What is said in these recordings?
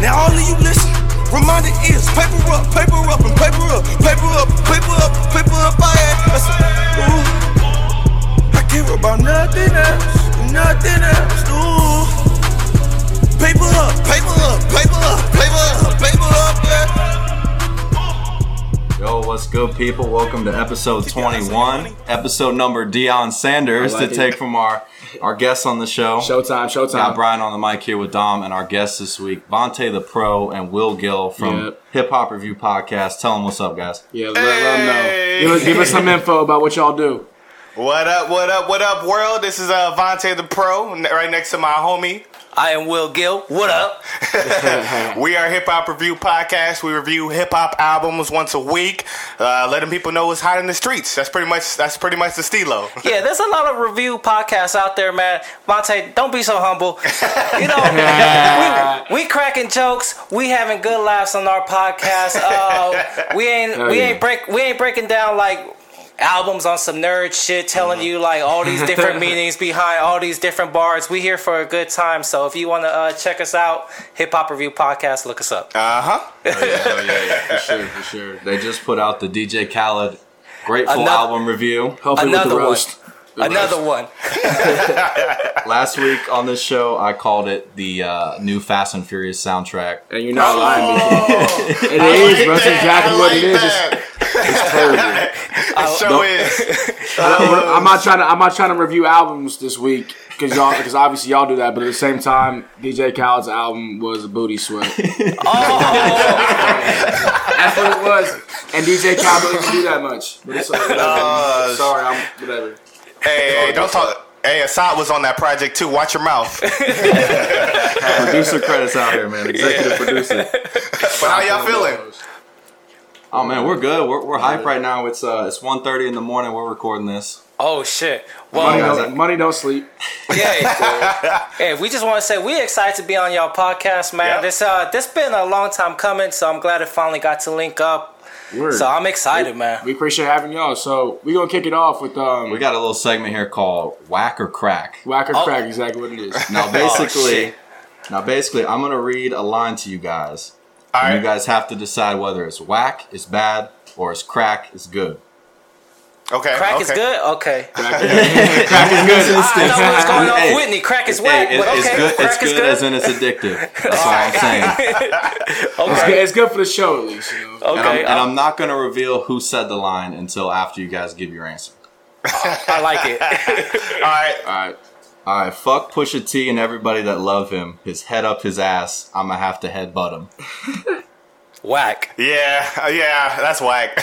Now all of you listen. Reminder is paper up, paper up, and paper up, paper up, paper up, paper up. I ass. Ooh. I care about nothing else, nothing else. Ooh. Paper up, paper up, paper up, paper up, paper up. Yeah. Yo, what's good, people? Welcome to episode 21, episode number Dion Sanders I like to it. take from our our guest on the show. Showtime, showtime. Got Brian on the mic here with Dom and our guests this week, Vontae the Pro and Will Gill from Yep. Hip Hop Review Podcast. Tell them what's up, guys. Yeah, let, let 'em Hey. know. Give, us- give us some info about what y'all do. What up, what up, what up, world? This is uh, Vontae the Pro, n- right next to my homie. I am Will Gill. What up? We are Hip Hop Review Podcast. We review hip hop albums once a week, uh, letting people know what's hot in the streets. That's pretty much that's pretty much the stilo. Yeah, there's a lot of review podcasts out there, man. Monte, don't be so humble. You know, we, we cracking jokes. We having good laughs on our podcast. Uh, we ain't Hell we yeah. ain't break we ain't breaking down like albums on some nerd shit, Mm-hmm. telling you like all these different meanings behind all these different bars. We here for a good time. So if you want to uh, check us out, Hip Hop Review Podcast, look us up. Uh huh. Oh, yeah, yeah, for sure, for sure. They just put out the DJ Khaled Grateful Another- album review. Helping with Another the one. roast. Another one. Last week on this show, I called it the uh, new Fast and Furious soundtrack. And you're not lying. to me. it is, bro. That's exactly what it is. It's- It's, don't- it sure is. I'm not trying to. I'm not trying to review albums this week because y'all, because obviously y'all do that. But at the same time, DJ Khaled's album was a booty sweat. Oh, That's what it was. And DJ Khaled don't even do that much. But it's, whatever. Sorry, I'm whatever. hey, hey, don't talk. Hey, Assad was on that project too. Watch your mouth. Producer credits out here, man. Executive producer. But how y'all feeling? Oh man, we're good. We're, we're hype right now. It's uh it's 1.30 in the morning. We're recording this. Oh shit. Well, Money guys, don't, money don't sleep. Yeah. hey, we just want to say we're excited to be on y'all podcast, man. Yeah. This uh, this been a long time coming, so I'm glad it finally got to link up. Word. So I'm excited, man. we appreciate having y'all. So we gonna kick it off with um, We got a little segment here called Whack or Crack. whack or crack. Exactly what it is. Now Oh, basically, shit. now basically, I'm gonna read a line to you guys. All And you right. guys have to decide whether it's whack, it's bad, or it's crack, it's good. Okay. Crack okay. is good. Okay. Crack is- crack is good. I know what's going on Hey, with Whitney. Crack is whack, Hey, it- but okay. it's good. Crack it's is good, good. as in it's addictive. That's all I'm saying. It's okay. good- It's good for the show, at least. You know? And, I'm, Okay. and I'm not gonna reveal who said the line until after you guys give your answer. I like it. All right. All right. All right, fuck Pusha T and everybody that love him. His head up his ass. I'ma have to headbutt him. Whack. Yeah. Yeah. That's whack.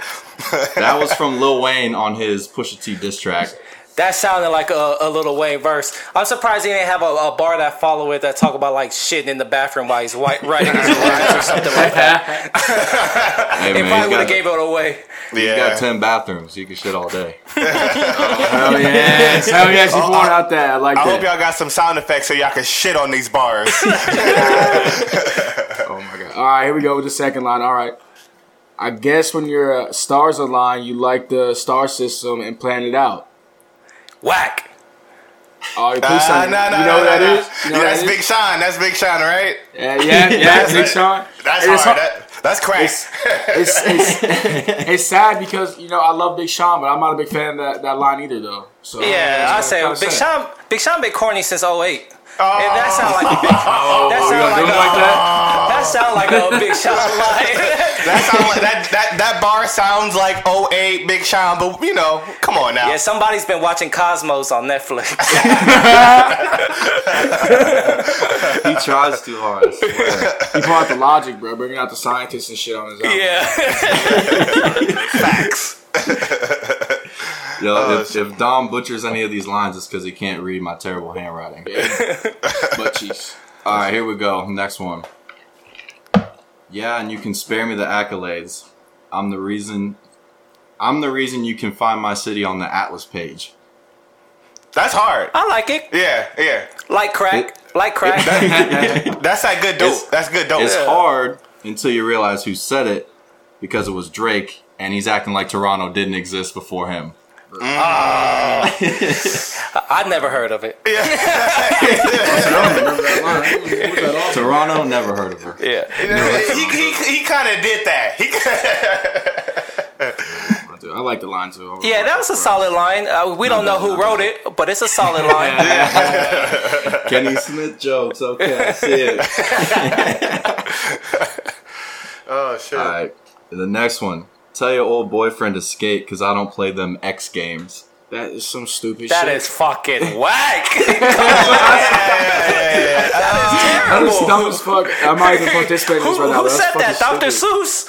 That was from Lil Wayne on his Pusha T diss track. That sounded like a, a little Wayne verse. I'm surprised he didn't have a, a bar that follow it that talk about like shitting in the bathroom while he's white, writing his lines or something like that. Hey, If I he's would have got, gave it away. he's got yeah. ten bathrooms. He can shit all day. Hell yes. Hell yes. He's born out there. I like I that. hope y'all got some sound effects so y'all can shit on these bars. Oh my god! All right, here we go with the second line. All right, I guess when your uh, stars align, you like the star system and plan it out. Whack. All right, please, Nah, sign. nah, nah, you know nah, what that nah, nah. is? You know yeah, what that's that Big is? Sean. That's Big Sean, right? Yeah, yeah, yeah, That's- Big Sean. That's And hard. it's That, that's crack. It's, it's, it's, it's sad because you know I love Big Sean, but I'm not a big fan of that, that line either, though. So Yeah, I it's say kinda Big sad. Sean. Big Sean been corny since 08. Oh, And that sound like a big, that sound Oh, gonna like, do oh. a, it like that? that sound like a big shot line. Oh. that, sound like, that, that, that bar sounds like 08 Big Sean, but you know, come on now. yeah, somebody's been watching Cosmos on Netflix. He tries too hard. I swear. He brought out the logic, bro, bringing out the scientists and shit on his own. yeah, Facts. Yo, if, if Dom butchers any of these lines, it's because he can't read my terrible handwriting. butt cheeks. All right, here we go. Next one. Yeah, and you can spare me the accolades. I'm the reason. I'm the reason you can find my city on the Atlas page. That's hard. I like it. Yeah, yeah. Like crack, like crack. That's that good dope. It's- that's good dope. It's Yeah. hard until you realize who said it because it was Drake and he's acting like Toronto didn't exist before him. but I'd never heard of it. Toronto never heard of her. Yeah. he he, he kind of did that. He Dude, I like the line too. Yeah, that was a solid line. Uh, we don't know who wrote it, but it's a solid line. Kenny Smith jokes. Okay, I see it. oh shit. All right, the next one. Tell your old boyfriend to skate because I don't play them X games. That is some stupid That shit. is fucking whack. that is dumb as fuck. I might even participate in Who, this right now. who That's said that? fucking Dr. stupid. Seuss?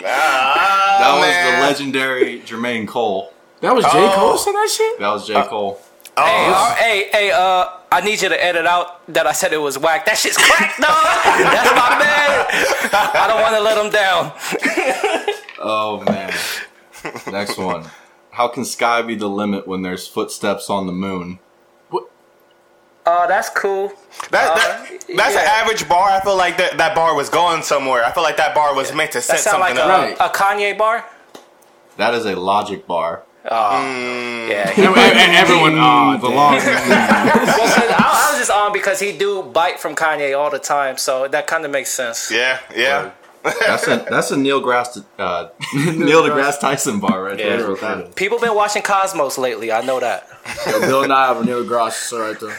That Ah, was man. the legendary Jermaine Cole. That was J Oh. Cole said that shit. That was J Cole. Hey, uh, hey, hey, uh, I need you to edit out that I said it was whack. That shit's crack, dog. That's my man. I don't want to let him down. Oh man. Next one. How can sky be the limit when there's footsteps on the moon? Oh, that's cool. That, that, that's an Uh, yeah. average bar. I feel like that, that bar was going somewhere. I feel like that bar was meant to That set sound something like a, Right. up. a Kanye bar? That is a logic bar. Mm. Yeah. he- And- and- and Everyone, oh, the damn. long well, 'cause I, I was just on because he do bite from Kanye all the time, so that kind of makes sense. yeah, yeah. That's a that's a Neil grass uh, Neil deGrasse Tyson bar right there. Yeah. That's what that is. People been watching Cosmos lately. I know that. Yo, Bill Nye over Neil deGrasse is right there.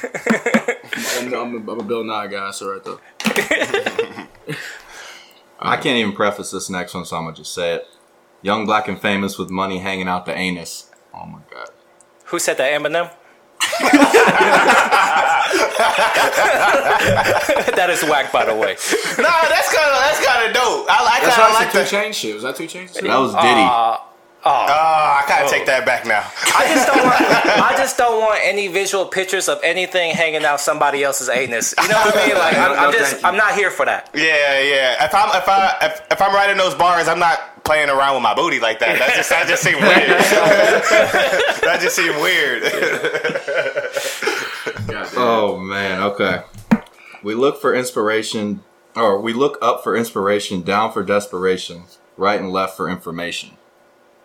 I'm, I'm, a, I'm a Bill Nye guy, so right there. I can't even preface this next one, so I'm gonna just say it. Young, black, and famous with money hanging out the anus. Oh my god. Who said that? Eminem. that is whack, by the way. Nah, that's kind of that's kind of dope. I, I That's why kind of like like two that. chain shit. Was that two chains? That was Diddy. Ah. Uh, Oh, I kind of take that back now. I just don't want. I just don't want any visual pictures of anything hanging out somebody else's anus. You know what I mean? Like I'm, I'm No, just. thank you. I'm not here for that. Yeah, yeah. If I'm if I if, if I'm riding those bars, I'm not playing around with my booty like that. That just that just seemed weird. that just seemed weird. Oh man, okay. We look for inspiration, or we look up for inspiration, down for desperation, right and left for information.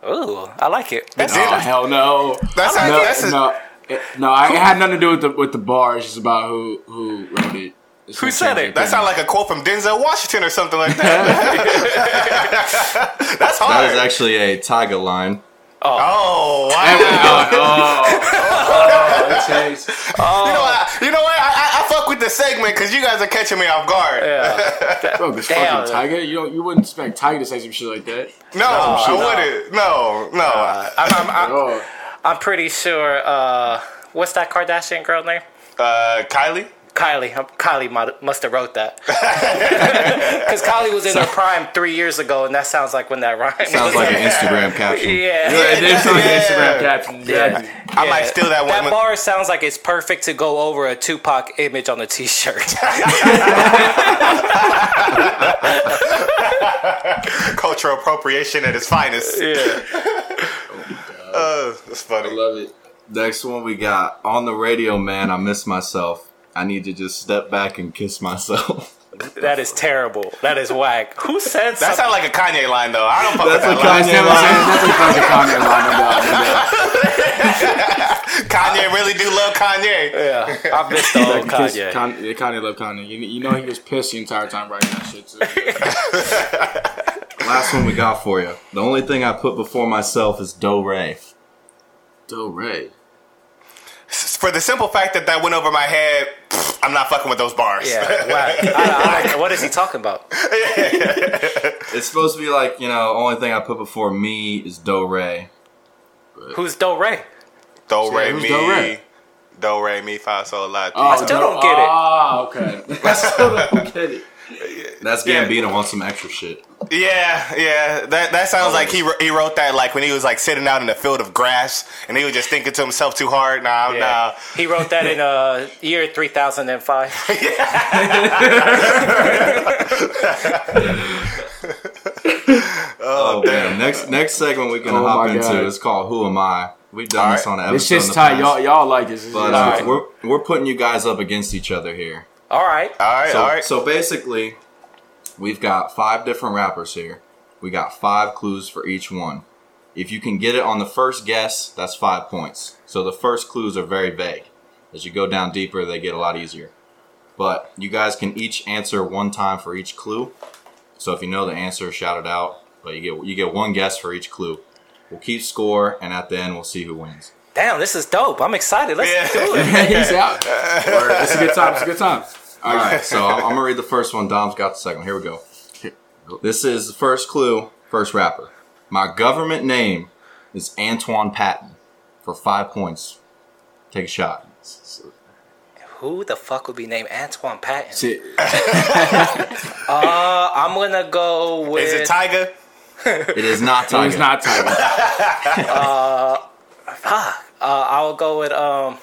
Ooh, I like it. That's Did Oh it? hell no. That's no, not- that's a- no, it, no. I- It had nothing to do with the with the bar. It's just about who who wrote it. It's Who no said chain it? shit. That sounds like a quote from Denzel Washington or something like that. that's hard. That is actually a tiger line. oh There we go. wow. Oh, oh, that changed. You know what? You know what? I, I, I fuck with the segment because you guys are catching me off guard. Bro, this Damn. fucking tiger. You don't, you wouldn't expect tiger to say some shit like that. No, I wouldn't. No, no. I, I'm, I'm, I'm, Oh, I'm pretty sure. Uh, what's that Kardashian girl name? uh, Kylie. Kylie. Um, Kylie mu- must have wrote that. Because Kylie was in her prime three years ago, and that sounds like when that rhyme. Sounds was- like an Instagram caption. Yeah. and there's some Yeah. Instagram caption. Exactly. I might steal that one. That bar sounds like it's perfect to go over a Tupac image on a T-shirt. Cultural appropriation at its finest. yeah. Uh, that's funny. Love it. Next one we got on the radio, man. I miss myself. I need to just step back and kiss myself. That is terrible. That is whack. Who said That something? sounds like a Kanye line, though. I don't fuck That's with a that That's Kanye line. a fucking Kanye line. No doubt, no doubt. line. Kanye really do love Kanye. yeah, I missed the old Kiss Kanye. Kanye, yeah, Kanye loved Kanye. You, you know he was pissed the entire time writing that shit too. Last one we got for you. The only thing I put before myself is Do Ray. Do Ray. S- For the simple fact that that went over my head, pfft, I'm not fucking with those bars. yeah, whack. I, I, what is he talking about? It's supposed to be like you know. Only thing I put before me is Do Ray. Who's Do Ray? Do re who's mi. Do Re? Do re mi fa sol la. ti. I still don't get it. Oh, okay. I still don't get it. That's Yeah. Gambino on some extra shit. Yeah, yeah. That that sounds Oh. like he wr- he wrote that like when he was like sitting out in the field of grass and he was just thinking to himself too hard. Nah, Yeah. nah. He wrote that in uh, year 3005. Oh, damn. Next next segment we can Oh, hop my into God. is called Who Am I? We've done this on an episode. It's just in the tight. past. Y'all, y'all like it. It's But, just- uh, Alright. we're we're putting you guys up against each other here. All right. All right, So all right. so basically, we've got five different rappers here. We got five clues for each one. If you can get it on the first guess, that's five points. So the first clues are very vague. As you go down deeper, they get a lot easier. But you guys can each answer one time for each clue. So if you know the answer, shout it out. But you get you get one guess for each clue. We'll keep score, and at the end, we'll see who wins. Damn, this is dope. I'm excited. Let's Yeah. do it. He's out. It's a good time. It's a good time. All right, so I'm, I'm gonna read the first one. Dom's got the second. one. Here we go. This is the first clue. First rapper. My government name is Antoine Patton. For five points, take a shot. Who the fuck would be named Antoine Patton? Shit. Uh, I'm gonna go with. Is it Tiger? It is not Tiger. It's not Tiger. uh, I'll go with um.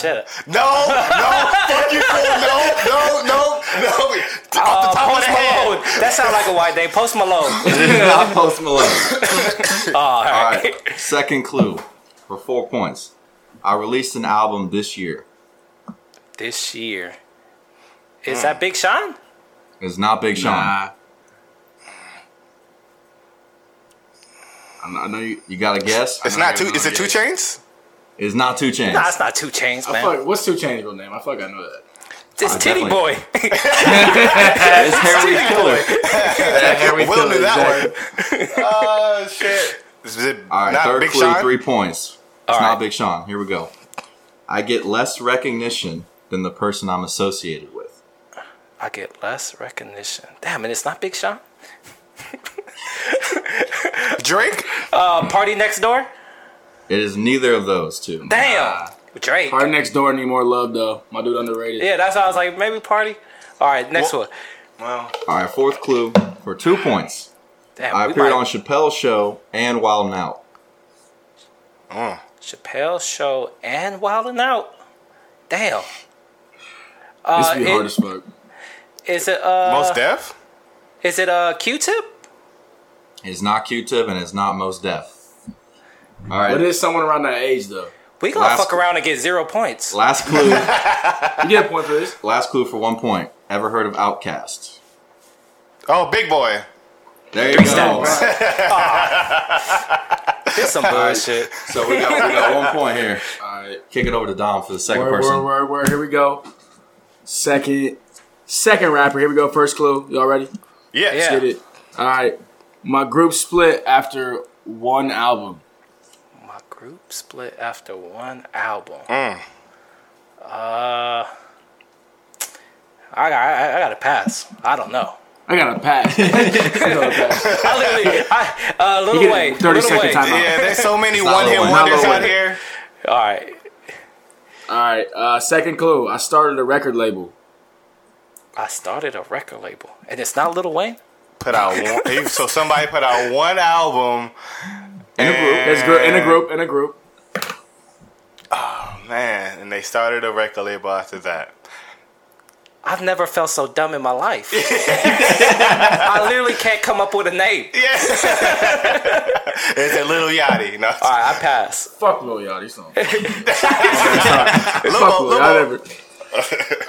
Shit. No, no, fuck you, fool. No, no, no, no. Off the Uh, top of Post the Malone. head. That sounds like a white name. Post Malone. It is not Post Malone. all right. All right. Second clue for four points. I released an album this year. This year. Is that Big Sean? It's not Big Sean. Nah. I'm not- I know you. You got a guess? It's not two. Is it two chains? It's not Two Chainz. Nah, it's not Two Chains, I man. fuck, what's Two Chainz real name? I fuck I know that. It's I Titty Boy. Oh, definitely- It's Harry Killer. Will knew that one. Oh shit. Is it All right, not third Big clue, Sean? three points. It's All not right. Big Sean. Here we go. I get less recognition than the person I'm associated with. I get less recognition. Damn it, it's not Big Sean. Drake? Uh, Party Next Door. It is neither of those two. Ah. Damn. Drake. Our next door need more love though. My dude underrated. Yeah, that's why I was like, maybe Party. All right, next Wha- one. Well, All right, fourth clue for two points. Damn, I we appeared might- on Chappelle's show and Wild 'N Out. Chappelle Show and Wildin' Out. Damn. This Uh, be hard it- as fuck. Is it uh? most deaf? Is it uh? Q-Tip? It's not Q-Tip and it's not Most Def. All right, But it's someone around that age though. We gonna Last- fuck around and get zero points. last clue. You get a point for this. last clue for one point. Ever heard of Outcast? Oh, Big Boy. There you go. stacks. This some bullshit. So we got, we got one point here. All right. Kick it over to Dom for the second Word, person. word, word, word. Here we go. Second, second rapper. Here we go. First clue. Y'all ready? Yeah. Yeah. Get it. All right. My group split after one album. My group split after one album. Mm. Uh, I got I, I got to pass. I don't know. I got a pass. I got a pass. I literally, I, uh, You little get way, 30 little second way. timeout. Yeah, there's so many not one hit Lil Wayne. wonders Not Lil out Wayne. here. All right, All right. Uh, second clue. I started a record label. I started a record label, and it's not Little Wayne. Put out one. so somebody put out one album. In a group. It's gr- in a group. In a group. Man, and they started a record label after that. I've never felt so dumb in my life. I literally can't come up with a name. It's a little Yachty. No, All right, I pass. Fuck Lil Yachty song. Lil Fuck Bo- Lil Lil Bo- Yachty.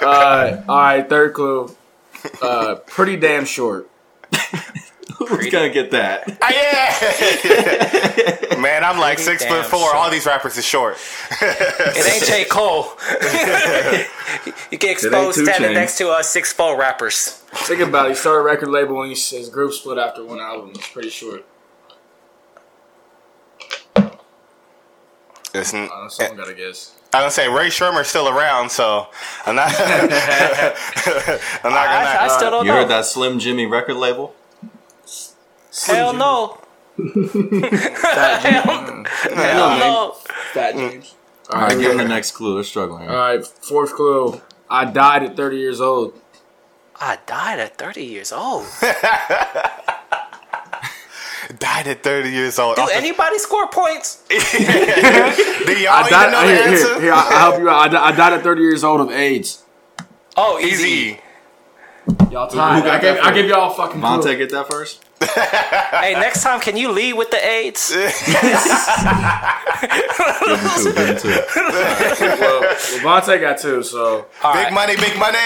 Uh, all right. Third clue. Uh, pretty damn short. Who's gonna get that? Ah, yeah. Man, I'm like Pretty six foot damn four. short. All these rappers is short. It ain't J. Cole. you get exposed Two standing Chainz. next to uh, six four rappers. Think about it. He started a record label and he, his group split after one album. It's pretty short. It's n- Uh, someone got to guess. I don't say Ray Shermer's still around, so I'm not. I'm not gonna. I, I still don't You know. heard that Slim Jimmy record label? Hell no. Mm. Hell no. Fat Mm. James. All All right, right. give him All the next clue. They're struggling. Uh, Here. right. Fourth clue. I died at 30 years old. I died at 30 years old. died at 30 years old. Do Off the- anybody score points? Do y'all I even died. Oh, know I, the here, answer? here, here, I, I help you out. I, di- I died at 30 years old of AIDS. Oh, easy. Easy. Y'all tied. got I gave, that I gave y'all a fucking clue. Monte, get that first. Hey, next time, can you lead with the AIDS? Give him two. Give him two. Well, Monte got two, so All Big right. money, big money.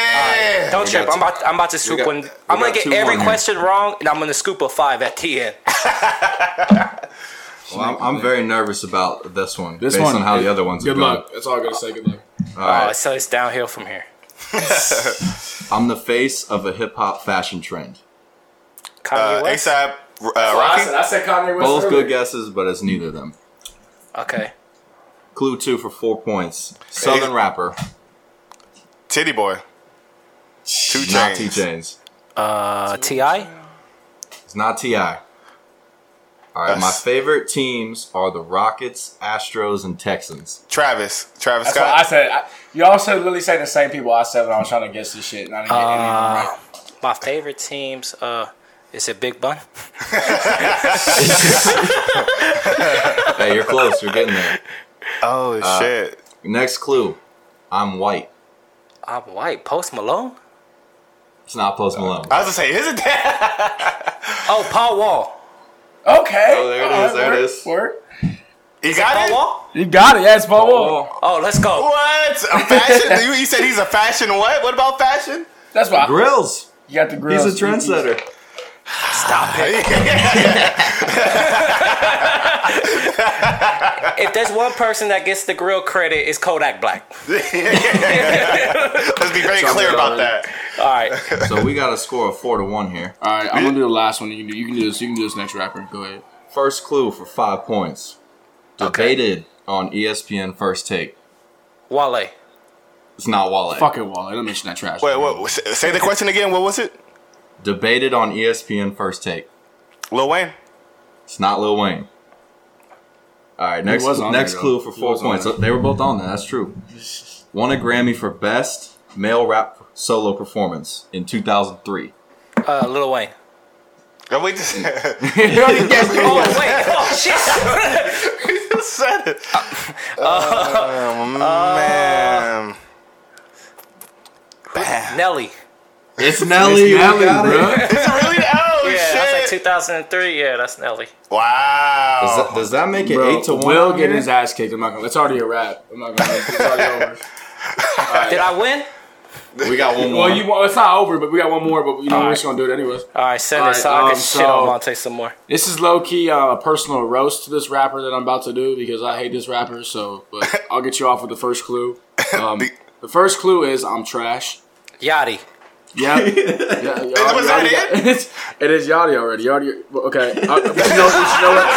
Don't trip. got I'm about, I'm about to got- scoop one. we I'm going got to get two every on here. question wrong, and I'm going to scoop a five at the end. Well, I'm, I'm very nervous about this one. this based one on how the other ones Good are going. luck. That's all I gotta say. Good luck. All right. Oh, so it's downhill from here. I'm the face of a hip hop fashion trend. Kanye Uh, West? ASAP, uh, I Rocky. said, I said Kanye West. Both earlier. good guesses, but it's neither of them. Okay. Clue two for four points. Southern Hey. rapper, Titty boy. Two not T chains. Chains. Uh, T.I.? It's not Ti. All right, my That's- favorite teams are the Rockets, Astros, and Texans. Travis. Travis That's Scott. what I said. I, y'all should literally say the same people I said when I was trying to guess this shit, and I didn't get any of them right. My favorite teams, uh, is it Big Bun? Hey, you're close. You're getting there. oh shit. Next clue. I'm white. I'm white. Post Malone? It's not Post Malone. Uh, I was gonna say, is it that? Oh, Paul Wall. Okay. Oh, there it is, Alright, there it work, is. Work. You got Paul it? Wall? You got it. Yeah, it's Paul Wall. Oh, Oh, let's go. What? A fashion? you, you said he's a fashion what? What about fashion? That's why I, Grills. you got the grill. He's a trendsetter. Stop it. if there's one person that gets the grill credit, it's Kodak Black. Let's be very clear about that. All right. So we got a score of four to one here. All right, I'm gonna do the last one. You can do. You can do this. You can do this next rapper. Go ahead. First clue for five points. Debated on E ESPN First Take. Wale. It's not Wale. Fuck it, Wally. Don't mention that trash. Wait, what? Say the question again. What was it? Debated on E ESPN First Take. Lil Wayne. It's not Lil Wayne. All right, next was on next there, clue though. for He four was on points. there. They were both on there. That's true. Won a Grammy for best male rap solo performance in 2003. Uh, Lil Wayne. Oh, we just said you already guessed. Oh, wait. Oh, shit. it. Uh, Oh, man. Bam. Nelly. It's Nelly. It's we Nelly, got it. bro. Is it really? Oh Yeah, that's shit! like 2003. Yeah, that's Nelly. Does wow. that, does that make it Bro, eight to one? Will on getting here? his ass kicked. I'm not gonna. It's already a wrap. I'm not gonna. It's already over. Did I win? We got one more. Well, you. Well, it's not over, but we got one more. But you know, we're right. just gonna do it anyways. All right, send All it right, so I can um, shit so- on Monte some more. This is low key uh, a personal roast to this rapper that I'm about to do because I hate this rapper. So, but I'll get you off with the first clue. Um, the first clue is I'm trash. Yachty. Yeah, yeah, yeah Was that it? it is Yachty already. Yachty, well, okay. Uh, you know, you know what?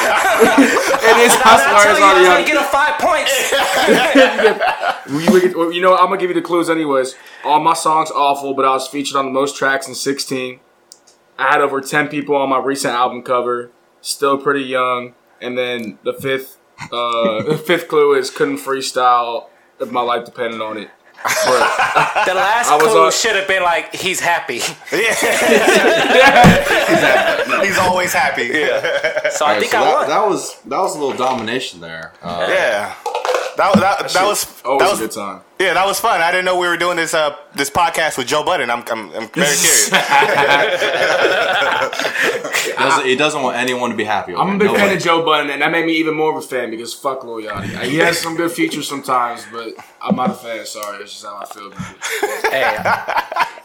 it is. I'm I sorry, tell it's you, I was not gonna Yachty. get a five points. We- we get- well, you know, what? I'm gonna give you the clues anyways. All my songs awful, but I was featured on the most tracks in 16. I had over 10 people on my recent album cover. Still pretty young. And then the fifth, uh, the fifth clue is couldn't freestyle if my life depended on it. But The last was clue on- should have been like, he's happy. He's always happy. Yeah. So All I right, think so I that, won. that was that was a little domination there. Uh, Yeah. That, that, that was always that a good was time. yeah that was fun. I didn't know we were doing this uh this podcast with Joe Budden. I'm I'm, I'm very curious. doesn't, it doesn't want anyone to be happy. over I'm a it. big Nobody. fan of Joe Budden, and that made me even more of a fan because fuck Lil Yachty. He has some good features sometimes, but I'm not a fan. Sorry, that's just how I feel. about it.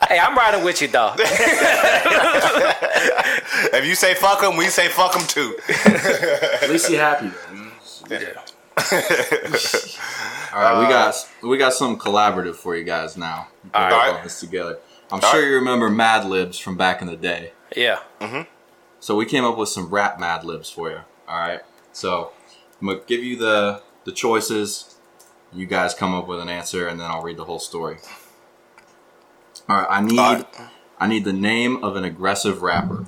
Hey, hey, I'm riding with you, dog. if you say fuck him, we say fuck him too. At least he happy. though, you know? All right, we got we got something collaborative for you guys now. We can All work right. on this together. I'm All sure right. you remember Mad Libs from back in the day. Yeah. So we came up with some rap Mad Libs for you. All right. So I'm gonna give you the the choices. You guys come up with an answer, and then I'll read the whole story. All right. I need right. I need the name of an aggressive rapper.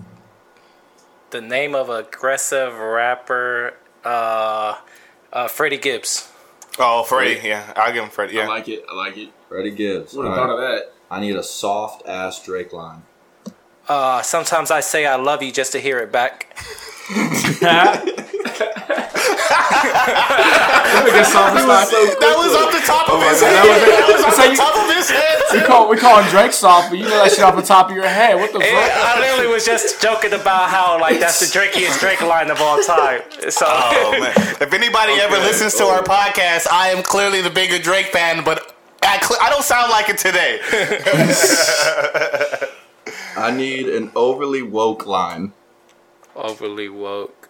The name of aggressive rapper, uh, uh, Freddie Gibbs. Oh, Freddie. Yeah, I'll give him Freddie. I Yeah. like it. I like it. Freddie Gibbs. Would have All thought right. of that. I need a soft ass Drake line. Uh, sometimes I say I love you just to hear it back. That was That was off the top of his head. That was- That was off So the you- top of his head. We call we calling Drake soft, but you know that shit off the top of your head. What the Yeah, fuck? I literally was just joking about how like that's the drinkiest Drake line of all time. So Oh man! Oh. If anybody ever listens to our podcast, I am clearly the bigger Drake fan, but I, cl- I don't sound like it today. I need an overly woke line. overly woke.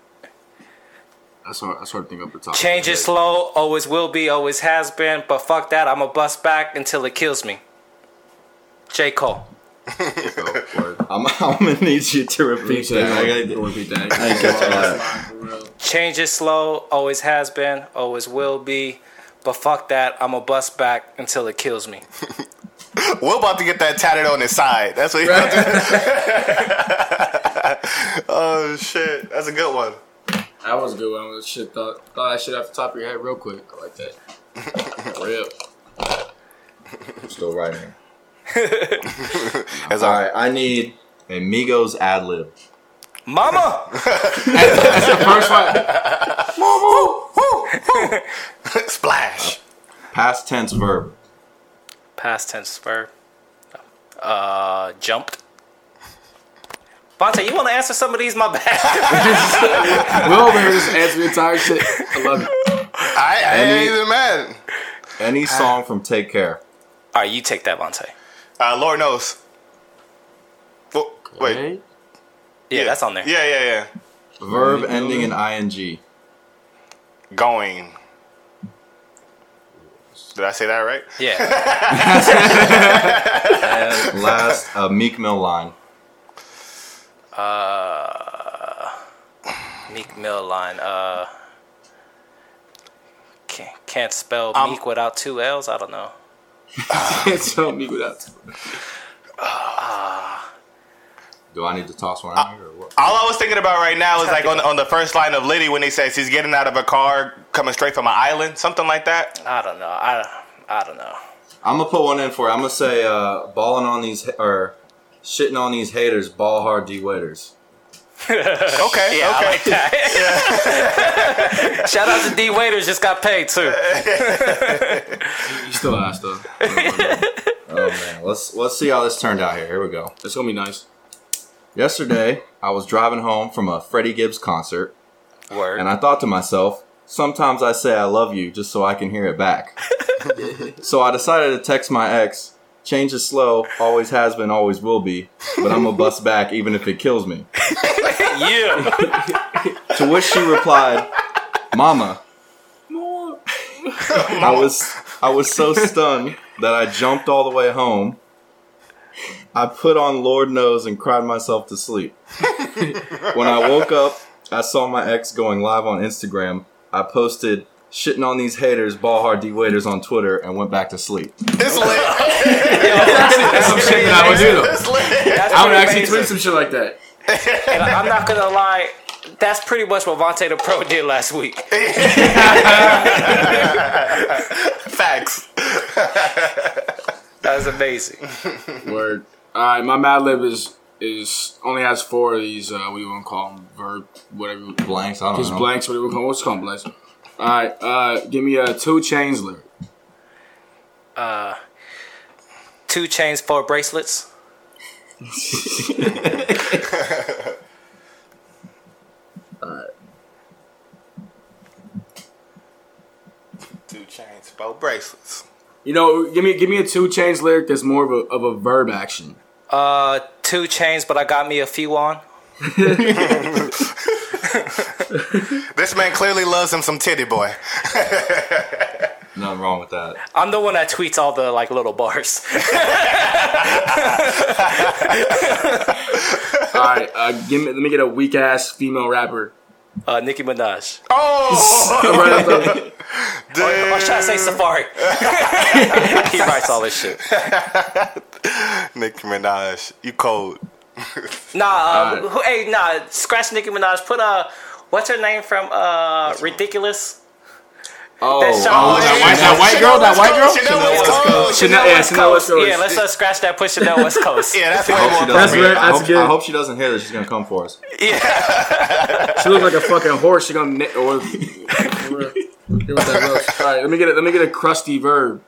That's hard. That's hard to think up the top. of my Change head. is slow, always will be, always has been, but fuck that, I'ma bust back until it kills me. J. Cole. So, word. I'm, I'm gonna need you to repeat that. I gotta- repeat that. I gotta catch that. Change is slow, always has been, always will be, but fuck that, I'ma bust back until it kills me. We're about to get that tatted on his side. That's what. You're about to- oh shit! That's a good one. That was a good one. That Shit, thought, thought that shit off the top of your head real quick. I like that. real. Still writing. That's All all right. right, I need a Migos ad lib. Mama! First one. Splash. Past tense verb. Past tense verb. Uh jumped. Bonte, you wanna answer some of these? My bad. Will over here just answered the entire shit. I love it. Uh, I, I Any- ain't even mad. Any song from Take Care. Alright, you take that, Bonte. Uh, Lord knows. Well, wait. Yeah, that's on there. Yeah, yeah, Verb ending in ing. yeah. Going. Did I say that right? Yeah. And last, a Meek Mill line. Meek Mill line. Uh, can't, can't spell Um, Meek without two L's. I don't know. Can't tell me without. Do I need to toss one out here or what? All I was thinking about right now is like on, on the first line of Liddy when he says he's getting out of a car coming straight from an island, something like that. I don't know. I, I don't know. I'm gonna put one in for you. I'm gonna say uh, balling on these or shitting on these haters. Ball hard D waiters. Okay, Yeah, okay. I like that. Shout out to D Waiters, just got paid too. You still ass though. Oh man, let's let's see how this turned out here. Here we go. It's gonna be nice. Yesterday, I was driving home from a Freddie Gibbs concert, Word. and I thought to myself, sometimes I say I love you just so I can hear it back. so I decided to text my ex. Change is slow, always has been, always will be, but I'm gonna bust back even if it kills me. yeah. To which she replied, "Mama." I was I was so stunned that I jumped all the way home. I put on Lord knows and cried myself to sleep. when I woke up, I saw my ex going live on Instagram. I posted shitting on these haters, ball hard D waiters on Twitter, and went back to sleep. It's lit. That's some shit that I would do though. It's lit. That's I would pretty actually amazing. tweet some shit like that. And I'm not gonna lie. That's pretty much what Vontae the Pro did last week. Facts. That was amazing. Word. All right, my Mad Lib is is only has four of these. Uh, what do you want to call them? Verb, whatever. you- Blanks, I don't Just know. blanks. Whatever. you wanna call 'em. What's called blanks? All right. Uh, give me a two chains lyric. Two chains, four bracelets. Two chains, both bracelets. You know, give me give me a two chains lyric that's more of a of a verb action. Uh, two chains, but I got me a few on. This man clearly loves him some titty boy. Nothing wrong with that. I'm the one that tweets all the like little bars. All right. Uh, give me. Let me get a weak ass female rapper. Uh, Nicki Minaj. Oh, Right off the- I was trying to say Safari. he writes all this shit. Nicki Minaj, you cold. Nah, uh, who, hey, nah, scratch Nicki Minaj. Put uh, what's her name from uh, Ridiculous? Oh, song. oh, that white- that white girl, that white girl? Chanel West West Coast. Chanel- yeah, Chanel West Coast. Yeah, let's uh, scratch that. Push Chanel West Coast. Yeah, that's way I hope she more. doesn't hear where- it. I that's hope- good. I hope she doesn't hear this. She's gonna come for us. she looks like a fucking horse. She gonna. knit- Or, or- here with that roast. All right. Let me get a, Let me get a crusty verb.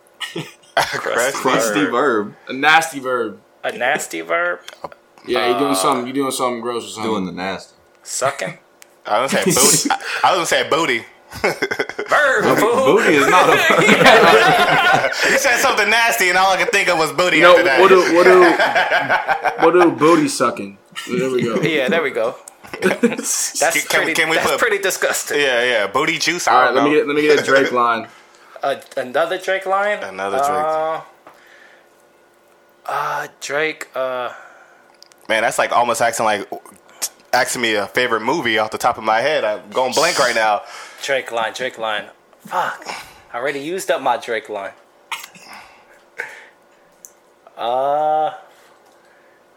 Crusty. Crusty verb A nasty verb. A nasty verb. Yeah, you're doing something. You're doing something gross or something. doing the nasty. Sucking. I was gonna say booty. I, I was gonna say booty. Verb. fool. Booty is not a You said something nasty, and all I could think of was booty. no, after that. what do what do what do booty sucking? There we go. yeah, there we go. that's we- pretty. can we that's put- pretty disgusting. yeah, yeah, booty juice. All I right, don't let me know. get let me get a Drake line. A, another Drake line. Another Drake line. Uh, Drake. Uh, Man, that's like almost acting like asking me a favorite movie off the top of my head. I'm going blank right now. Drake line. Drake line. Fuck. I already used up my Drake line. Uh.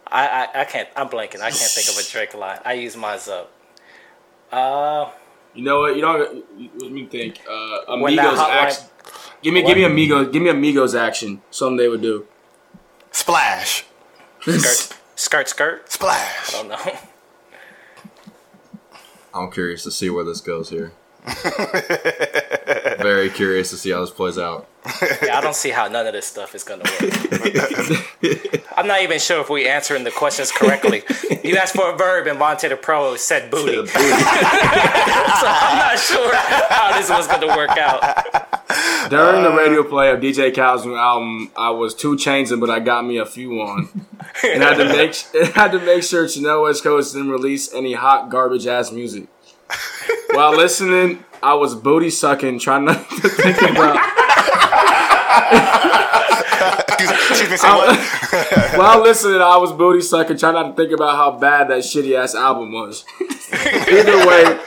I, I, I can't. I'm blanking. I can't think of a Drake line. I use mine up. Uh, You know what? You don't. Let me think. Uh, When that amigos hotline- action. Give me give me amigos. Give me amigos action. Something they would do. Splash, skirt, skirt, skirt. splash. Oh no. I'm curious to see where this goes here. Very curious to see how this plays out. Yeah, I don't see how none of this stuff is gonna work. I'm not even sure if we answering the questions correctly. You asked for a verb, and Vontae the Pro said booty. so I'm not sure how this was gonna work out. During the radio play of DJ Khaled's new album, I was two chainsing, but I got me a few on, and had to make and had to make sure Chanel West Coast didn't release any hot garbage ass music. While listening, I was booty sucking, trying not to think about. Excuse excuse me. Say what? While listening, I was booty sucking, trying not to think about how bad that shitty ass album was. Either way,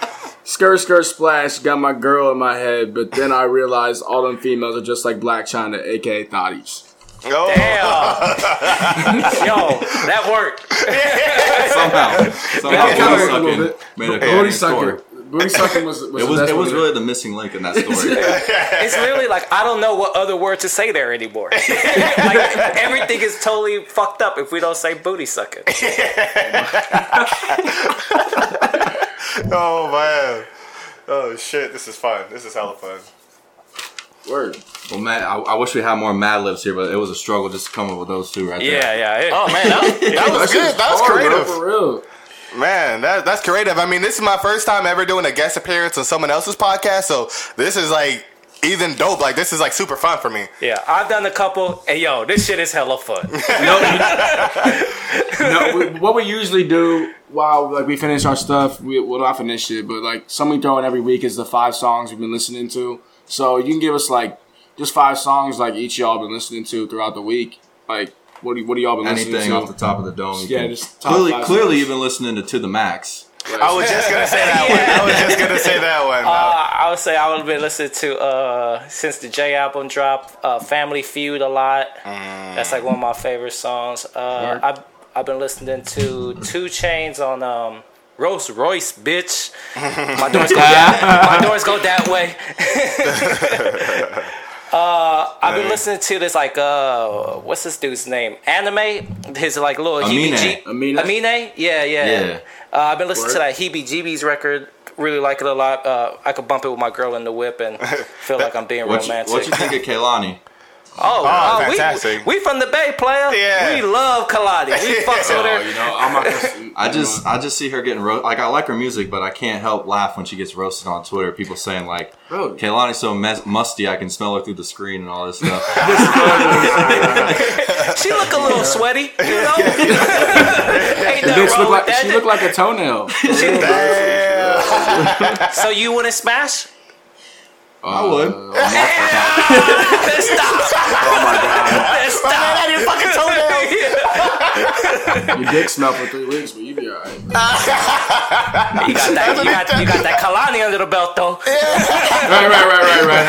skirt skirt splash got my girl in my head, but then I realized all them females are just like Black China, aka thotties. Oh, Damn. Yo, that worked. Somehow, somehow That covered a booty little sucking bit. made a Booty coherent story. sucker. Booty sucking was, was It was the best it was one. really the missing link in that story. It's literally like I don't know what other word to say there anymore. like everything is totally fucked up if we don't say booty sucking. oh man. Oh shit. This is fun. This is hella fun. word. Well, man, I, I wish we had more Mad Libs here, but it was a struggle just to come up with those two right there. Yeah, yeah. it- Oh man, that, that was good. That was Hard, bro, creative. for real. Man, that, that's creative. I mean, this is my first time ever doing a guest appearance on someone else's podcast, so this is like even dope. Like this is like super fun for me. Yeah, I've done a couple, and yo, this shit is hella fun. No, we, what we usually do while like we finish our stuff, we will not finish it, but like something we throw in every week is the five songs we've been listening to. So you can give us like just five songs like each y'all been listening to throughout the week. Like what do what do y'all been listening Anything to? off the top of the dome. you Yeah, can- just top clearly, five clearly, songs. you've been listening to To the Max. I was just gonna say that one. I was just gonna say that one. Uh, I would say I would have been listening to uh, since the J album dropped, uh, Family Feud a lot. That's like one of my favorite songs. Uh, I've I've been listening to Two Chains on um, Rolls Royce, bitch. My doors go that, my doors go that way. uh, I've been listening to this like uh, what's this dude's name? Anime. His like little Amine. heebie Amine? Amine. Yeah, yeah. Yeah. Uh, I've been listening to Word. that Heebie Jeebies record. Really like it a lot. Uh, I could bump it with my girl in the whip and feel like I'm being What you, romantic. what you think of Kaylani? oh, Oh, oh, we- fantastic. We, from the Bay, player. Yeah. We love Kaladi. We fucks with Oh, her. you know, I'm not gonna- I just I just see her getting roasted. Like I like her music, but I can't help laugh when she gets roasted on Twitter. People saying like, Bro. "Kaylani's so mes- musty, I can smell her through the screen" and all this stuff. She look a little sweaty, you know? Ain't nothing Bitch wrong look with like that. she looked like a toenail. so you wouldn't smash? I would. Uh, Stop. I didn't fucking tell them. Your dick smelled for three weeks, but you be alright. You got that, you got, you got that Kalani under the belt, though. right, right, right, right,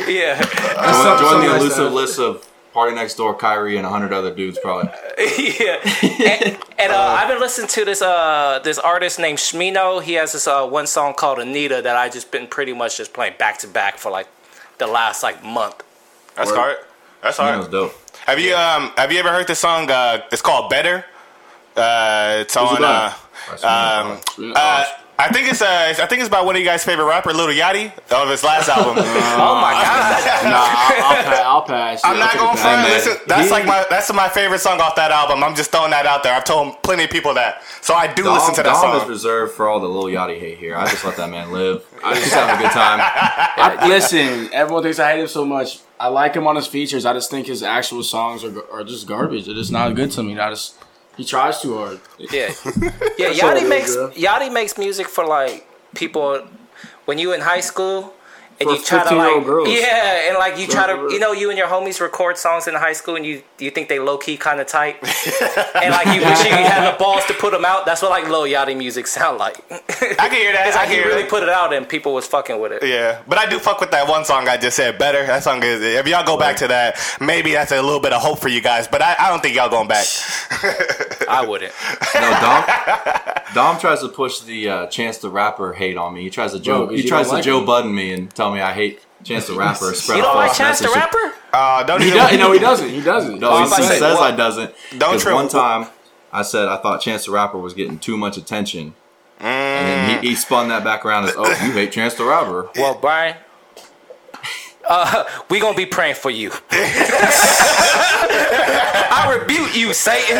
right. Yeah. Join- something- Join something the I elusive said. list of Party Next Door, Kyrie, and hundred other dudes probably. yeah. And, and uh, I've been listening to this uh, this artist named Shmino. He has this uh, one song called Anita that I just been pretty much just playing back to back for like the last like month. That's hard. That's That was hard. dope. Have you um have you ever heard the song? Uh, it's called Better. Uh, it's on. it by? Uh, um, uh, I think it's uh, it's- I think it's by one of you guys' favorite rapper, Little Yachty, of his last album. Oh my god. Nah, I'll, I'll pass. I'll pass. I'm not going going to front. man. Listen, that's He- like my that's my favorite song off that album. I'm just throwing that out there. I've told plenty of people that, so I do listen to that Dom song. is reserved for all the little yachty hate here. I just let that man live. I just have a good time. I, listen, everyone thinks I hate him so much. I like him on his features. I just think his actual songs are, are just garbage. They're just not good to me. I just he tries too hard. Yeah. Yeah, all it Yachty is, makes bro. Yachty makes music for like people when you in high school and For you try to 15-year-old like girls. yeah, and like you try For to real. you know you and your homies record songs in high school and you you think they low key kind of tight and like you wish you had the balls to put them out. That's what like low Yachty music sound like. I can hear that. It's I can like he hear really that. put it out and people was fucking with it. Yeah, but I do fuck with that one song I just said. Better that song is. If y'all go back to that, maybe that's a little bit of hope for you guys. But I, I don't think y'all going back. I wouldn't. No, Dom. Dom tries to push the uh, Chance the Rapper hate on me. He tries to Joe. 'cause he you tries to don't like Joe him. Budden me and tell me I hate Chance the Rapper. or spread You a don't like false Chance the Uh, message. Rapper? Uh, don't He even- does. No, he doesn't. He doesn't. No, he about to says say, I what- doesn't. Don't Because trip. One time, I said I thought Chance the Rapper was getting too much attention, and then he, Mm. he spun that back around as, "Oh, you hate Chance the Rapper." Well, Brian, uh, we gonna be praying for you. I rebuke you, Satan.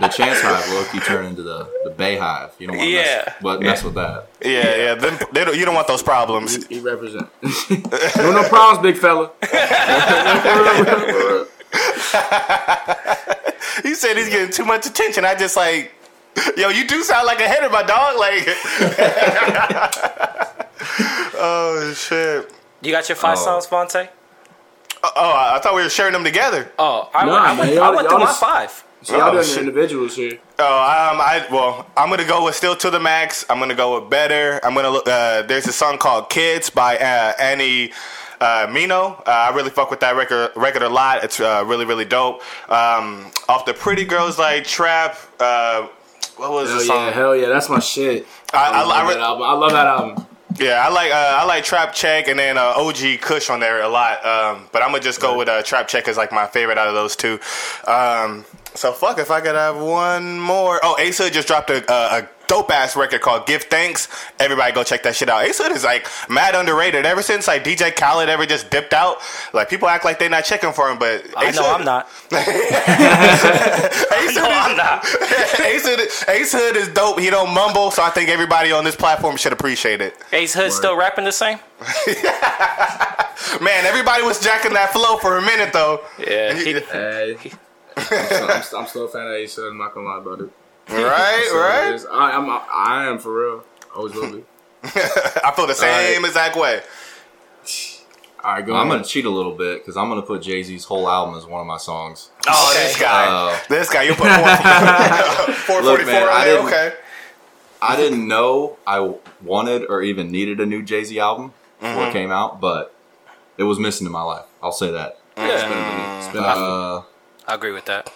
The Chance Hive will if you turn into the the Bay Hive. You don't want to Yeah. mess, but mess with that. Yeah, yeah. Them, they don't, you don't want those problems. He represent. no, no problems, big fella. You said he's getting too much attention. I just like, yo, you do sound like a hater, my dog. Like, oh shit. You got your five Oh. songs, Vontae? Oh, I I thought we were sharing them together. Oh, I, Nah, went- I man, went, y'all- I went y'all through my just- five. So y'all Oh, doing shit. individuals here. Oh, um, I well, I'm gonna go with "Still to the Max." I'm gonna go with "Better." I'm gonna look. Uh, there's a song called "Kids" by uh, Annie uh, Mino. Uh, I really fuck with that record record a lot. It's uh, really really dope. Um, off the "Pretty Girls Like Trap." Uh, what was Hell the yeah, song? hell yeah, that's my shit. I, I, love I, re- that album. I love that album. Yeah, I like uh, I like Trap Check and then uh, OG Kush on there a lot. Um, but I'm gonna just go with uh, Trap Check is like my favorite out of those two. Um, so fuck if I could have one more. Oh, Ace Hood just dropped a, a, a dope ass record called Give Thanks. Everybody go check that shit out. Ace Hood is like mad underrated. Ever since like DJ Khaled ever just dipped out, like people act like they not checking for him, but I Ace know Hood- I'm not. Ace Hood is- Ace Hood- Ace Hood is dope. He don't mumble, so I think everybody on this platform should appreciate it. Ace Hood still rapping the same? Man, everybody was jacking that flow for a minute though. Yeah. He, Hey, I'm, so, I'm, st- I'm still a fan of Ace, so I'm not gonna lie about it. Right, It right. is- I, I'm, I am for real. Always will be. I feel the same Alright. exact way. All right, go. I'm on. gonna cheat a little bit because I'm gonna put Jay Z's whole album as one of my songs. Oh, Okay. this guy, Oh. this guy. You put four, 444 Look, man, I on there. didn't- Okay. I didn't know I wanted or even needed a new Jay Z album before Mm-hmm. it came out, but it was missing in my life. I'll say that. Mm-hmm. Uh, I agree with that.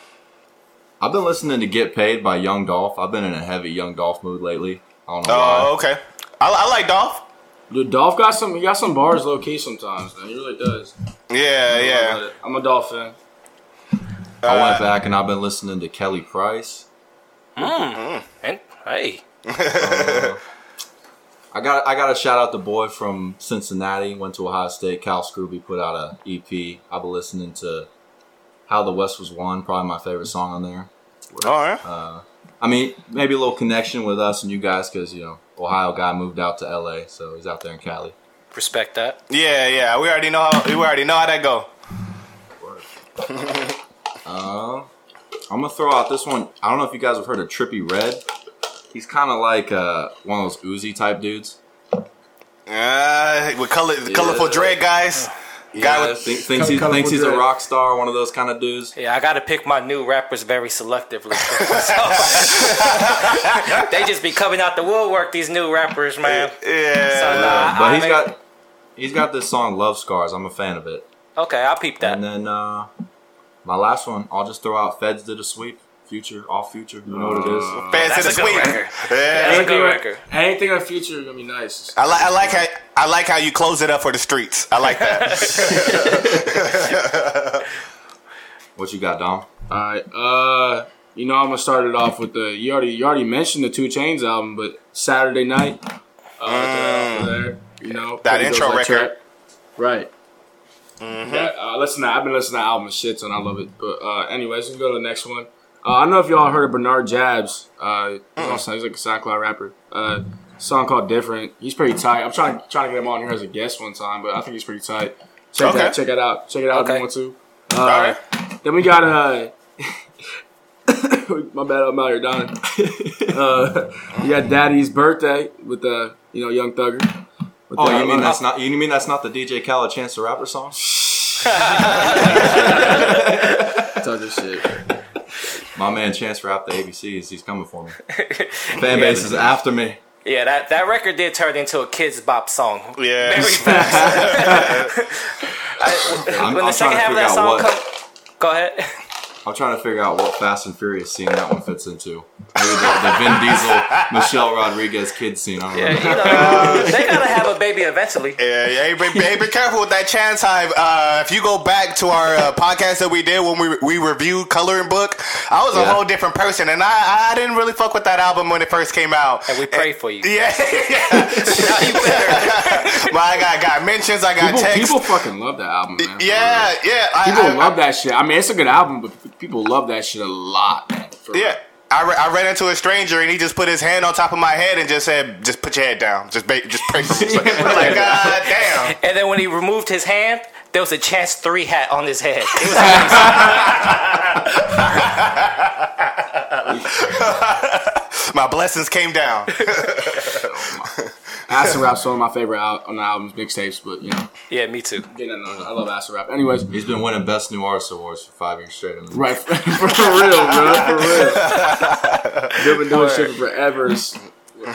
I've been listening to Get Paid by Young Dolph. I've been in a heavy Young Dolph mood lately. I don't know Oh, why. okay. I, I like Dolph. Dude, Dolph got some. He got some bars low key sometimes. Man, he really does. Yeah, yeah. But I'm a Dolph fan. I went back and I've been listening to Kelly Price. And hey, I got I got to shout out the boy from Cincinnati. Went to Ohio State. Cal Scrooby put out a EP. I've been listening to How the West Was Won. Probably my favorite song on there. All right. I mean, maybe a little connection with us and you guys because you know Ohio guy moved out to LA, so he's out there in Cali. respect that. yeah, yeah. We already know how. We already know how that go. I'm gonna throw out this one. I don't know if you guys have heard of Trippy Red. He's kind of like uh, one of those Uzi type dudes. Uh, with color, colorful dread guys. Guy with Think, thinks he, Colorful thinks he's a dread. rock star, one of those kind of dudes. Yeah, I gotta pick my new rappers very selectively. So- they just be coming out the woodwork. These new rappers, man. yeah. So, nah, But I he's make- got he's got this song "Love Scars." I'm a fan of it. Okay, I'll peep that. And then uh, my last one, I'll just throw out "Feds Did a Sweep." Future, all future. You know what it is. Fans That's in a the good sweep. record. Yeah. That's a Anything, good with- record. anything in the future gonna be nice. I like. I like how. I like how you close it up for the streets. I like that. What you got, Dom? All right, uh, You know, I'm gonna start it off with the you already you already mentioned the Two Chains album, but Saturday Night. Uh, the- there, you know Mm. That pretty intro Mm-hmm. goes record. track. right? Yeah, uh, listen, to, I've been listening to album shits and I love it. But uh, anyways, we can go to the next one. Uh, I don't know if y'all heard of Bernard Jabs. Uh, he's, Mm. also, he's like a SoundCloud rapper. Uh, song called Different. He's pretty tight. I'm trying trying to get him on here as a guest one time, but I think he's pretty tight. Check Okay. that. Check it out. Check it out if Okay. you want to. Uh, All right. Then we got uh my bad, I'm out here dying. uh, you got Daddy's birthday with the uh, you know Young Thugger. With Oh, the- uh, you mean that's not you mean that's not the DJ Khaled Chance the Rapper song? Thugger shit. My man Chance Rap the ABCs, he's coming for me. Fan base is after me. Yeah, that, that record did turn into a kids bop song. Yeah. Very fast. I'm, When the I'm trying second to half of figure that out song what comes, go ahead. I'm trying to figure out what Fast and Furious scene that one fits into. Maybe the, the Vin Diesel, Michelle Rodriguez kid scene. I don't Yeah, know. you know, they gotta have a baby eventually. Yeah, yeah, hey, be, hey, be careful with that chance hype. Uh, if you go back to our uh, podcast that we did when we we reviewed Coloring Book, I was a Yeah. whole different person, and I I didn't really fuck with that album when it first came out. And we pray for you. Yeah, but I got got mentions, I got People, texts. people fucking love that album, man. yeah, yeah, I, People I- I- love that shit. I mean, it's a good album, but people love that shit a lot. man, for Yeah. I, re- I ran into a stranger and he just put his hand on top of my head and just said, "Just put your head down. Just ba- just pray for me." I was like, "God damn!" And then when he removed his hand, there was a chance three hat on his head. It was My blessings came down. Acid Rap's one of my favorite al- on the albums, mixtapes, but you know, Yeah, me too. getting on- I love Acid Rap. Anyways, He's been winning Best New Artist awards for five years straight. I mean, right, for, real, bro, for real. They've been doing shit for forever. S-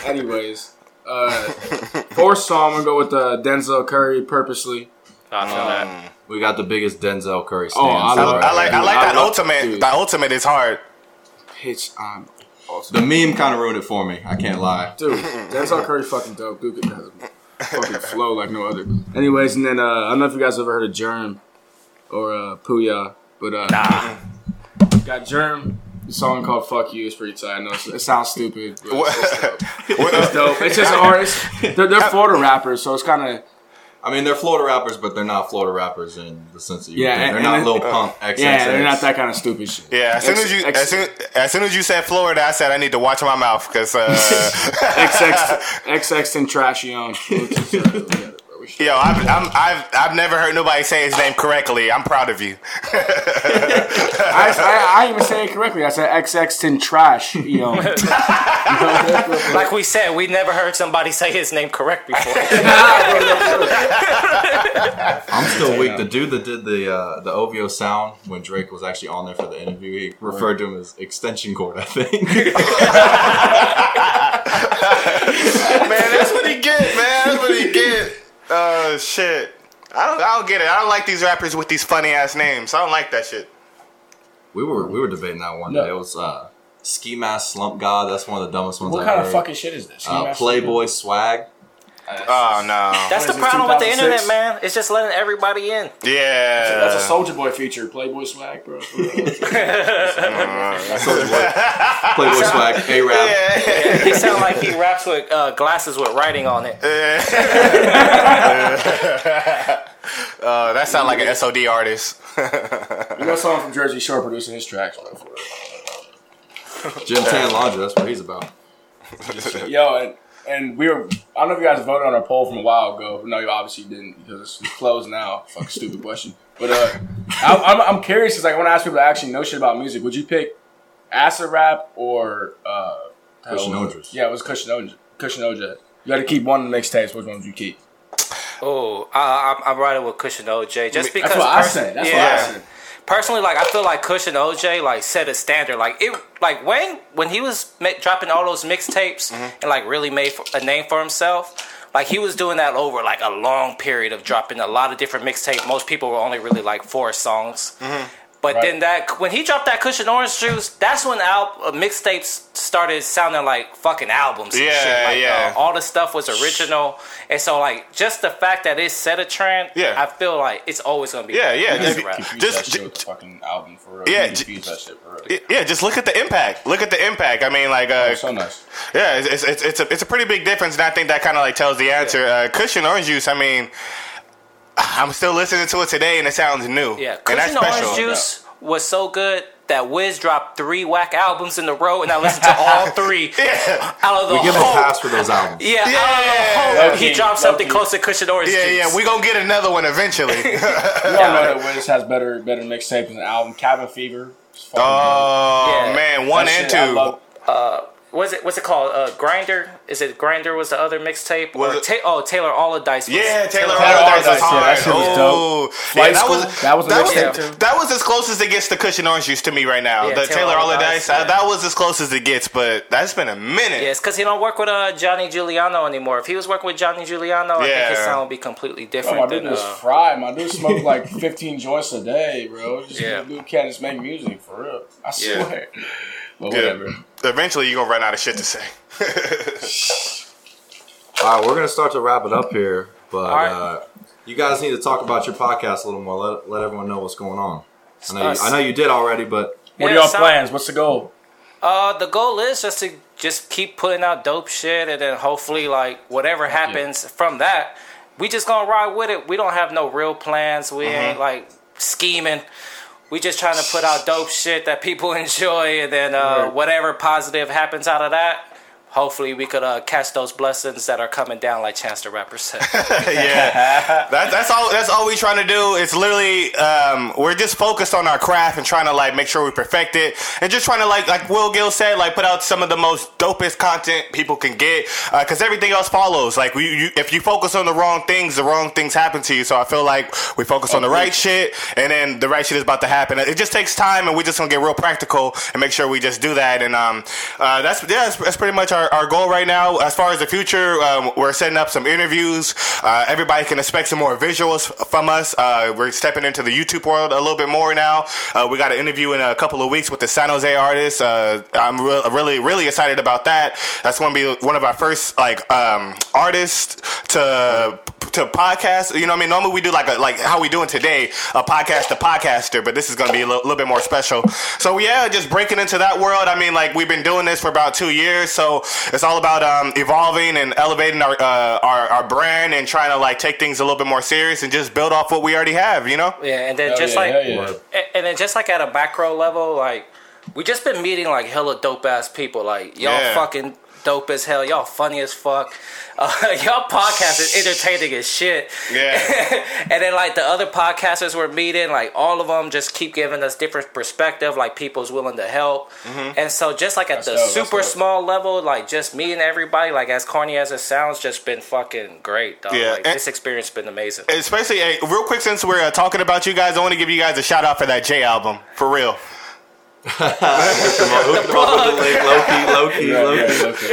Anyways, uh, fourth song, I'm gonna go with uh, Denzel Curry purposely. I feel that. We got the biggest Denzel Curry stance. Oh, I I, love- I like I like I that love- ultimate. dude. That ultimate is hard. Pitch on, The meme kind of ruined it for me. I can't lie. um, dude. Denzel Curry, fucking dope. Dude, can has a fucking flow like no other. Anyways, and then uh, I don't know if you guys ever heard of Germ or uh, Puya, but uh, Nah. Got Germ. The song called "Fuck You" is pretty tight. I know it's, it sounds stupid. But What- it's dope. What- It's dope. It's just artists. They're, they're Florida rappers, so it's kind of I mean, they're Florida rappers, but they're not Florida rappers in the sense that you Yeah, yeah, think. and- They're not and- Lil Pump. XXX. yeah. They're not that kind of stupid shit. Yeah, as soon Ex- as you ex- as, soon, as soon as you said Florida, I said I need to watch my mouth because uh, XX XX and Trashion. yo, I've, I'm, I've I've never heard nobody say his name correctly. I'm proud of you. I, I, I didn't even say it correctly. I said XX and Trash. You know. Mm. Like we said, we never heard somebody say his name correct before. I'm still weak. The dude that did the uh, the OVO sound when Drake was actually on there for the interview, he referred to him as extension cord. I think. man, that's what he get, man. That's what he get. Uh, shit. I don't, I don't get it. I don't like these rappers with these funny ass names. I don't like that shit. we were we were debating that one No. day. It was uh, Ski Mask Slump God. That's one of the dumbest ones What I've kind of heard. fucking shit is this? Can you uh, imagine? Playboy Swag. Oh no. That's the What is this, problem with the 2006? internet, man. It's just letting everybody in. Yeah. That's a Soldier Boy feature, Playboy swag, bro. For real. Playboy Swag. A rap. He sound like he raps with uh, glasses with writing on it. Eh. uh, that sound like an SOD artist. you know, someone from Jersey Shore producing his tracks. Bro, for real. Jim Tan Laundry. That's what he's about. Yo, and, and we were, I don't know if you guys voted on a poll from a while ago. No, you obviously didn't because it's closed now. Fuck, stupid question. But uh, I, I'm, I'm curious because like, I want to ask people that actually know shit about music. Would you pick acid rap or uh, Christian hell, Ondras. Yeah, it was Cushion Oja. Cushion Oja. You got to keep one of the mixtapes. Which one would you keep? Oh, I, I'm, I'm riding with Cushion OJ just because. That's what I pers- said. That's yeah. what I said. personally, like I feel like Cushion OJ like set a standard. Like it, like Wayne when he was ma- dropping all those mixtapes Mm-hmm. and like really made for, a name for himself. Like he was doing that over like a long period of dropping a lot of different mixtapes. Most people were only really like four Mm-hmm. songs. But then that when he dropped that Cushion Orange Juice, that's when al- uh, mixtapes started sounding like fucking albums. And Yeah, shit. Like, yeah. uh, all the stuff was original, and so like just the fact that it set a trend. Yeah. I feel like it's always gonna be. Yeah, yeah, it's just- rap. Confuse Just- that shit with the fucking album for real. Yeah, You j- confuse that shit for real. Y- Yeah, just look at the impact. Look at the impact. I mean, like, uh, It's so nice. yeah, it's, it's it's a it's a pretty big difference, and I think that kind of like tells the answer. Uh, cushion orange juice. I mean, I'm still listening to it today, and it sounds new. Yeah, and that's Cushion special. Orange Juice was so good that Wiz dropped three whack albums in a row, and I listened to all three Yeah, out of the We give him a whole. pass for those albums. Yeah, out of the Yeah. whole, Low-key, he dropped something low-key. close to Cushion Orange yeah, Juice. yeah. We gonna get another one eventually. You all know that Wiz has better better mixtapes than album. Cabin Fever. is fucking oh Yeah. man, dope. one That and shit, I two. love- What's it? What's it called? Uh, Grinder? Is it Grinder? Was the other mixtape? Or Was it- ta- oh, Taylor Alladice. Was Yeah, Taylor Taylor Holliday. Holliday, yeah, that shit was Oh, yeah, Flight that School, was that was a that was, mixtape too. that was as close as it gets to Cushion Orange Juice to me right now. the Yeah, Taylor Taylor Holliday, Holliday, yeah. that was as close as it gets, but that's been a minute. Yeah, it's because he don't work with uh, Johnny Giuliano anymore. If he was working with Johnny Giuliano, I think his Yeah. sound would be completely Bro, different Oh, my than dude was uh, fried. My dude smoked like 15 joints a day, bro. Just, Yeah. Dude can't just make music for real. I Yeah. swear. But Yeah. whatever. Eventually, you're gonna run out of shit to say. All right, we're gonna start to wrap it up here, but right. uh, you guys need to talk about your podcast a little more. Let, let everyone know what's going on. I know, you, Us. I know you did already, but What Yeah, are y'all sound- plans? What's the goal? Uh, the goal is just to just keep putting out dope shit, and then hopefully, like whatever happens from that, we just gonna ride with it. We don't have no real plans. We Mm-hmm. ain't like scheming. We just trying to put out dope shit that people enjoy, and then uh, whatever positive happens out of that. Hopefully, we could uh, catch those blessings that are coming down, like Chance the Rapper said. yeah, that, that's all. That's all we're trying to do. It's literally um, we're just focused on our craft and trying to like make sure we perfect it, and just trying to like like Will Gill said, like put out some of the most dopest content people can get, because everything else follows. Like we, you, if you focus on the wrong things, the wrong things happen to you. So I feel like we focus on the right shit, and then the right shit is about to happen. It just takes time, and we're just gonna get real practical and make sure we just do that. And um, uh, that's yeah, that's, that's pretty much our, our goal right now. As far as the future, um, we're setting up some interviews. Uh, everybody can expect some more visuals from us. Uh, we're stepping into the YouTube world a little bit more now. Uh, we got an interview in a couple of weeks with the San Jose artist. Uh, I'm re- really really excited about that. That's going to be one of our first like um, artists to to podcast. You know, what I mean, normally we do like a, like how we doing today, a podcast to podcaster, but this is going to be a li- little bit more special. So yeah, just breaking into that world. I mean, like we've been doing this for about two years, so it's all about um, evolving and elevating our, uh, our our brand and trying to like take things a little bit more serious and just build off what we already have. You know. yeah, and then Hell just yeah, like hell yeah. And, and then just like at a macro level, like we just been meeting like hella dope ass people. Like y'all Yeah. fucking dope as hell. Y'all funny as fuck. Uh, y'all podcast is entertaining as shit. Yeah. and then like the other podcasters we're meeting, like all of them just keep giving us different perspective. Like people's willing to help. And so just like at the dope, that's super dope. small level, like just meeting everybody, like as corny as it sounds, just been fucking great. Dog. Yeah, Like, and- this experience been amazing. Especially, hey, real quick, since we're uh, talking about you guys, I want to give you guys a shout out for that J album, for real. low key, Yeah, low key. yeah, okay.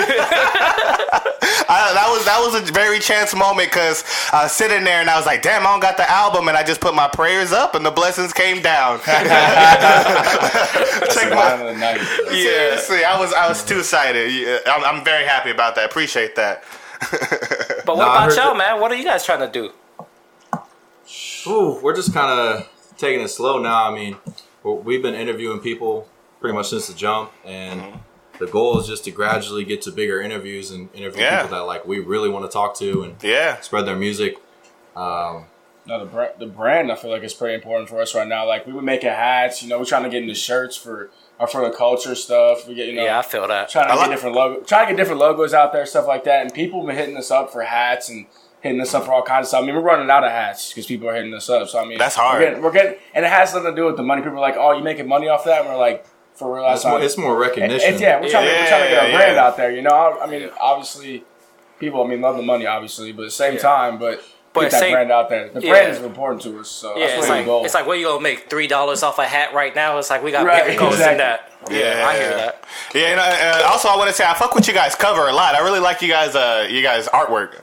I, that was that was a very chance moment because I was sitting there and I was like, "Damn, I don't got the album," and I just put my prayers up and the blessings came down. Check my. Survival of the night, bro. Seriously, I was I was two sided. Yeah, I'm, I'm very happy about that. Appreciate that. But what Nah, I about heard y'all, man? What are you guys trying to do? Ooh, we're just kind of taking it slow now. I mean, w- we've been interviewing people pretty much since the jump, and the goal is just to gradually get to bigger interviews and interview Yeah. people that like we really want to talk to and Yeah, spread their music. Um, No, the brand, the brand, I feel like is pretty important for us right now. Like we were making hats, you know, we're trying to get into shirts for our for the culture stuff. We get, you know, Yeah, I feel that. trying to I get like- different logo, trying to get different logos out there, stuff like that. And people been hitting us up for hats and hitting us up for all kinds of stuff. I mean, we're running out of hats because people are hitting us up. So I mean, That's hard. We're getting, we're getting- and it has nothing to do with the money. People are like, "Oh, you making money off that?" And we're like, "For real, that's it's, more, not." it's more recognition. It's, yeah, we're trying, to, we're trying to get our Yeah, brand yeah. out there. You know, I, I mean, obviously, people, I mean, love the money, obviously, but at the same time, but. But get that same- brand out there. The yeah. brand is important to us, so Yeah, that's it's really like the goal. it's like where you gonna make three dollars off a hat right now. It's like we got Right, bigger goals than exactly. that. Yeah. I hear that. yeah. And I, uh, also, I want to say I fuck with you guys cover a lot. I really like you guys. Uh, you guys artwork.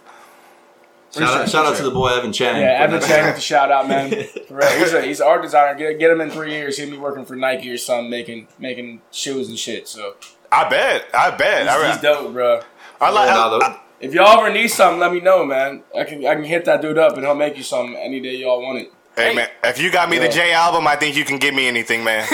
Shout out, shout out to the boy Evan Chang. Yeah, Evan Putting Chang that- with the shout out, man. For real. He's, a, he's an art designer. Get, get him in three years. He'll be working for Nike or something, making making shoes and shit. So I bet. I bet. he's, I, he's re- dope, bro. I like. Nah, though. If y'all ever need something, let me know, man. I can I can hit that dude up and he'll make you something any day y'all want it. hey, man, if you got me the J album, I think you can give me anything, man.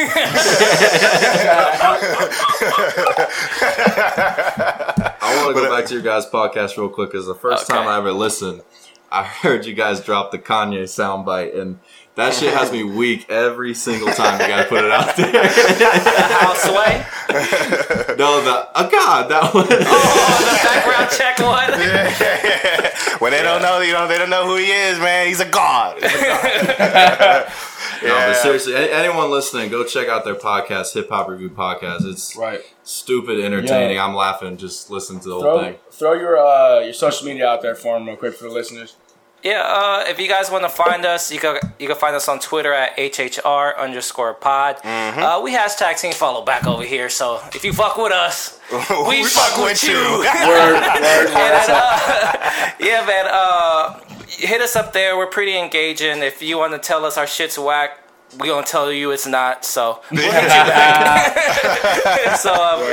I want to But, go uh, back to your guys' podcast real quick because the first time Okay. I ever listened, I heard you guys drop the Kanye soundbite, and that shit has me weak every single time you guys put it out there. I'll sway. no, the oh god, that was Oh, the background check one. when they don't know, you know, they don't know who he is, man. He's a god. no, Yeah. but seriously, a- anyone listening, go check out their podcast, Hip Hop Review Podcast. It's Right. stupid entertaining. I'm laughing just listen to the whole Throw thing. throw your uh your social media out there for him real quick for the listeners. Yeah, uh, if you guys want to find us, you can you can find us on Twitter at hhr underscore pod. Mm-hmm. Uh, we hashtag team follow back over here, so if you fuck with us, we, fuck, with you. And, uh, yeah, man. Uh, hit us up there. We're pretty engaging. If you want to tell us our shit's whack, we gonna tell you it's not. So, so um,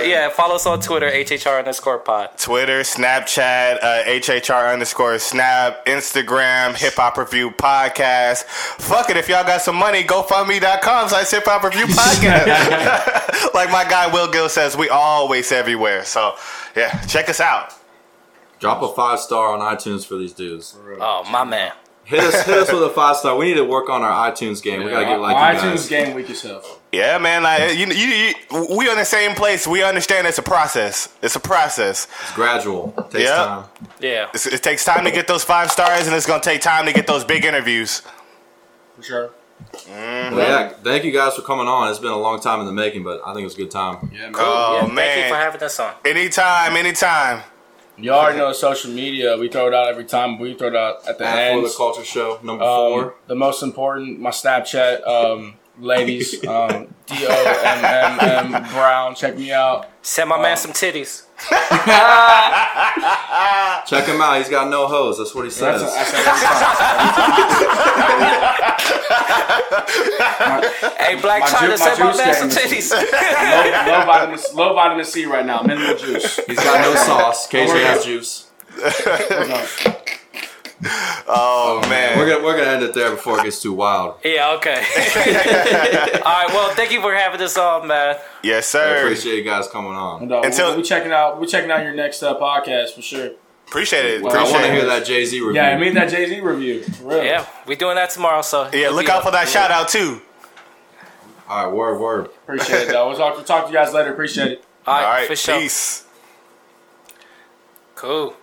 yeah, follow us on Twitter, hhr underscore pod. Twitter, Snapchat, uh, HHR underscore snap, Instagram, Hip Hop Review Podcast. Fuck it, if y'all got some money, GoFundMe.com slash Hip Hop Review Podcast. like my guy Will Gill says, we always everywhere. So, yeah, check us out. Drop a five star on iTunes for these dudes. Oh my man. Hit us, hit us with a five star. We need to work on our iTunes game. we gotta get like My you iTunes guys. game week yourself. Yeah, man, like, you, you, you, we on the same place. We understand it's a process. It's a process. It's gradual. It takes Yeah. time. Yeah. It's, it takes time to get those five stars, and it's going to take time to get those big interviews. For sure. Well, yeah, thank you guys for coming on. It's been a long time in the making, but I think it was a good time. Yeah, man. Oh, yeah, man. Thank you for having us on. anytime, anytime. Y'all already know social media. We throw it out every time. We throw it out at the At end. For the Culture Show, number Um, four. The most important, my Snapchat, um, ladies, um, D O M M M Brown. Check me out. Send my man some titties. Check him out. He's got no hose. That's what he That's says. what I said every time. Hey, Black My China, ju- my send my juice man some game titties. Low, low, vitamin, low vitamin C right now. Minimal juice. He's got no sauce. KJ working. has juice. Oh, man. We're gonna we're gonna end it there before it gets too wild. yeah, okay. All right, well, thank you for having us on, man. yes, I sir. appreciate you guys coming on. No, Until- we checking out. We checking out your next uh, podcast for sure. Appreciate it. I Appreciate want to it. hear that Jay Z review. Yeah, I mean that Jay Z review. For real. Yeah, we're doing that tomorrow, so. Yeah, look out for that shout out too. All right, word word. appreciate it. Though. We'll talk, we'll talk to you guys later. Appreciate it. All All right, right, for sure. peace. Cool.